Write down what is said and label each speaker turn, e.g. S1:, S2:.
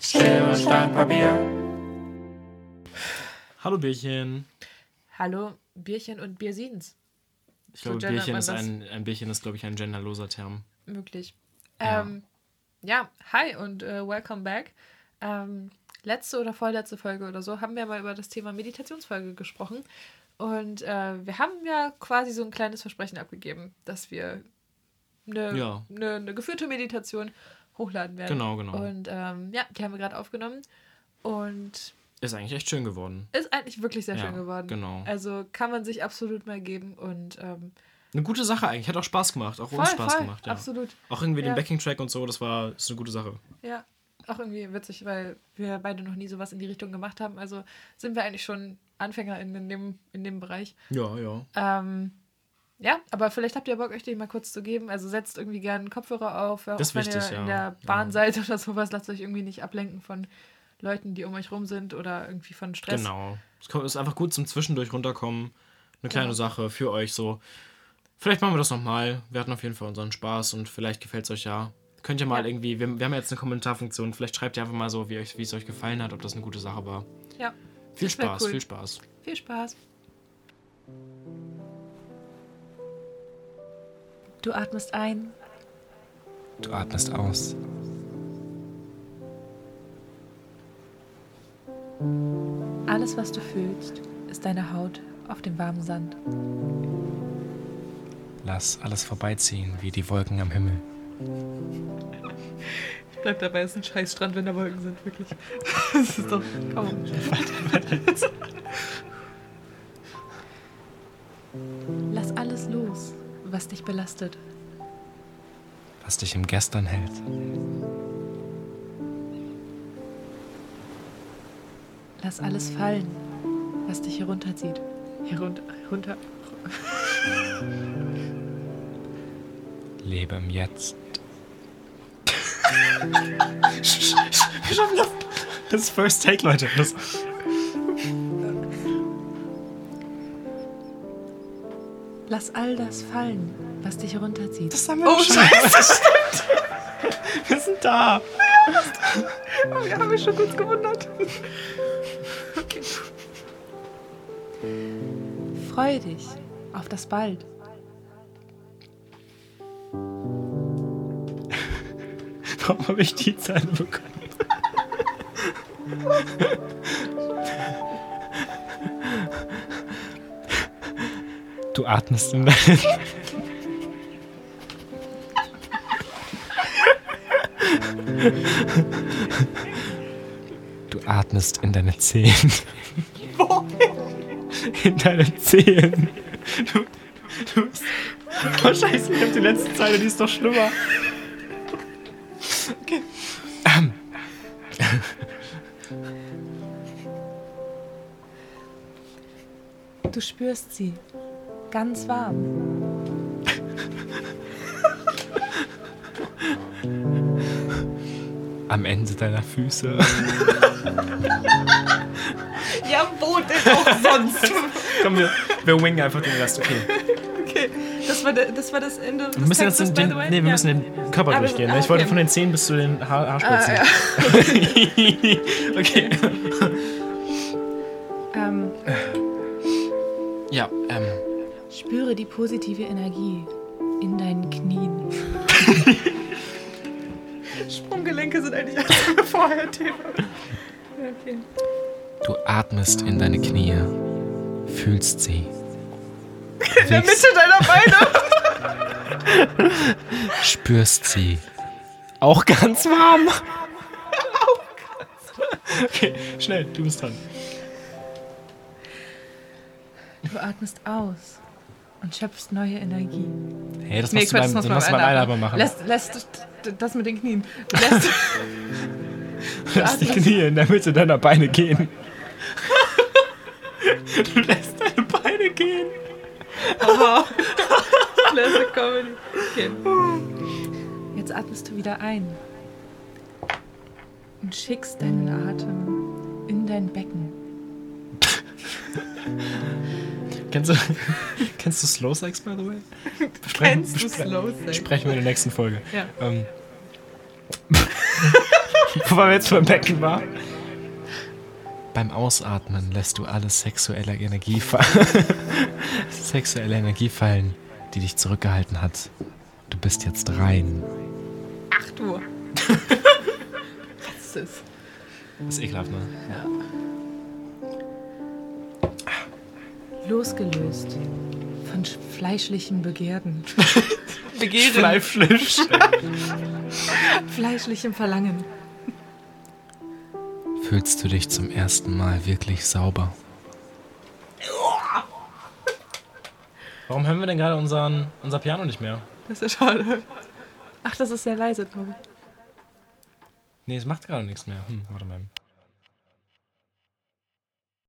S1: Schere, Stein, Papier.
S2: Hallo Bierchen.
S3: Hallo, Bierchen und Biersins.
S2: Ich glaube,
S3: gendert
S2: Bierchen
S3: man
S2: ist
S3: das?
S2: ein, ein Bierchen ist, glaube ich, ein genderloser Term.
S3: Möglich.
S2: Ja.
S3: Ähm, ja, hi und äh, welcome back. Ähm, letzte oder vorletzte Folge oder so haben wir mal über das Thema Meditationsfolge gesprochen. Und äh, wir haben ja quasi so ein kleines Versprechen abgegeben, dass wir eine,
S2: Ja.
S3: eine, eine geführte Meditation hochladen werden.
S2: Genau, genau.
S3: Und ähm, ja, die haben wir gerade aufgenommen. Und
S2: Ist eigentlich echt schön geworden.
S3: ist eigentlich wirklich sehr
S2: Ja,
S3: schön geworden.
S2: genau.
S3: Also kann man sich absolut mal geben und ähm,
S2: Eine gute Sache eigentlich. Hat auch Spaß gemacht. Auch
S3: voll,
S2: uns Spaß
S3: voll,
S2: gemacht. Ja.
S3: absolut.
S2: Auch irgendwie
S3: Ja.
S2: den Backing-Track und so, das war ist eine gute Sache.
S3: Ja, auch irgendwie witzig, weil wir beide noch nie sowas in die Richtung gemacht haben. Also sind wir eigentlich schon Anfänger in, in, dem, in dem Bereich.
S2: Ja, ja.
S3: Ähm, ja, aber vielleicht habt ihr Bock, euch den mal kurz zu geben. Also setzt irgendwie gerne einen Kopfhörer auf, auch
S2: Das ist
S3: wenn
S2: wichtig,
S3: ihr
S2: ja.
S3: in der
S2: Ja.
S3: Bahn seid oder sowas. Lasst euch irgendwie nicht ablenken von Leuten, die um euch rum sind oder irgendwie von Stress.
S2: Genau. Es kommt- ist einfach gut zum Zwischendurch runterkommen. Eine kleine Sache für euch so. Vielleicht machen wir das nochmal. Wir hatten auf jeden Fall unseren Spaß und vielleicht gefällt es euch ja. Könnt ihr mal
S3: Ja.
S2: irgendwie, wir, wir haben ja jetzt eine Kommentarfunktion, vielleicht schreibt ihr einfach mal so, wie euch- wie es euch gefallen hat, ob das eine gute Sache war.
S3: Ja,
S2: Viel
S3: Das wär
S2: Spaß,
S3: cool.
S2: viel Spaß.
S3: viel Spaß. Du atmest ein.
S1: Du atmest aus.
S3: Alles, was du fühlst, ist deine Haut auf dem warmen Sand.
S1: Lass alles vorbeiziehen wie die Wolken am Himmel.
S3: Bleib dabei, es ist ein scheiß Strand, wenn da Wolken sind, wirklich. Das ist doch kaum. Lass alles los, was dich belastet.
S1: Was dich im Gestern hält.
S3: Lass alles fallen, was dich herunterzieht. Herunter, herunter.
S1: Lebe im Jetzt.
S2: Wir schaffen das. Das ist First Take, Leute. Das,
S3: Lass all das fallen, was dich herunterzieht.
S2: haben wir oh, scheiße, stimmt. Wir sind da.
S3: Ich habe mich schon kurz gewundert. Okay. Freu dich auf das Bald.
S2: Warum habe ich die Zahl bekommen?
S1: Du atmest in deinen. Du atmest in deine Zehen. In deine Zehen.
S2: Oh, scheiße, ich habe die letzte Zeile, die ist doch schlimmer.
S3: Du spürst sie. Ganz warm.
S1: Am Ende deiner Füße.
S3: Ja, wo denn auch sonst?
S2: Komm, wir, wir wingen einfach den Rest. Okay.
S3: Okay, das war, der, das war das Ende des
S2: Wir müssen jetzt
S3: Textes,
S2: den,
S3: by
S2: den,
S3: the way.
S2: nee, wir
S3: Ja.
S2: müssen den Körper
S3: Ah, wir-
S2: durchgehen.
S3: ah,
S2: ne? Ich wollte
S3: okay.
S2: von den Zehen bis zu den Haar
S3: Ah,
S2: Haarspitzen.
S3: ja.
S2: okay.
S3: ähm,
S2: Ja, ähm.
S1: Äh.
S3: spüre die positive Energie in deinen Knien. Sprunggelenke sind eigentlich alles vorher Thema. Okay.
S1: Du atmest in deine Knie. Fühlst sie.
S3: In der Mitte deiner Beine.
S1: Spürst sie. Auch ganz warm.
S2: Okay, schnell, du bist dran.
S3: Du atmest aus und schöpfst neue Energie.
S1: Hey, das musst du beim, das musst du beim Einatmen machen.
S3: Lässt, lässt das mit den Knien. Du lässt, du
S1: Lass die
S3: atmest
S1: Knie in der Mitte deiner Beine gehen.
S2: Du lässt deine Beine gehen.
S3: Wow. Classic Comedy. Okay. Jetzt atmest du wieder ein und schickst deinen Atem in dein Becken.
S2: Kennst du, kennst du Slow Sex, by the way? Besprechen, bespre-
S3: Slow Sex?
S2: Sprechen Ähm. wir in der nächsten Folge.
S3: Ja.
S2: Ähm,
S4: weil wir jetzt beim Becken waren.
S2: Beim Ausatmen lässt du alle sexuelle Energie, fa sexuelle Energie fallen, die dich zurückgehalten hat. Du bist jetzt rein.
S3: Ach du. Was ist das?
S4: Ist ekelhaft, ne?
S3: Losgelöst von sch- fleischlichen Begehrten. Begehren.
S4: Fleischfleisch.
S3: Fleischlichem Verlangen.
S2: Fühlst du dich zum ersten Mal wirklich sauber?
S4: Warum hören wir denn gerade unseren, unser Piano nicht mehr?
S3: Das ist ja schade. Ach, das ist sehr leise, glaube ich.
S4: Nee, es macht gerade nichts mehr. Hm, warte mal.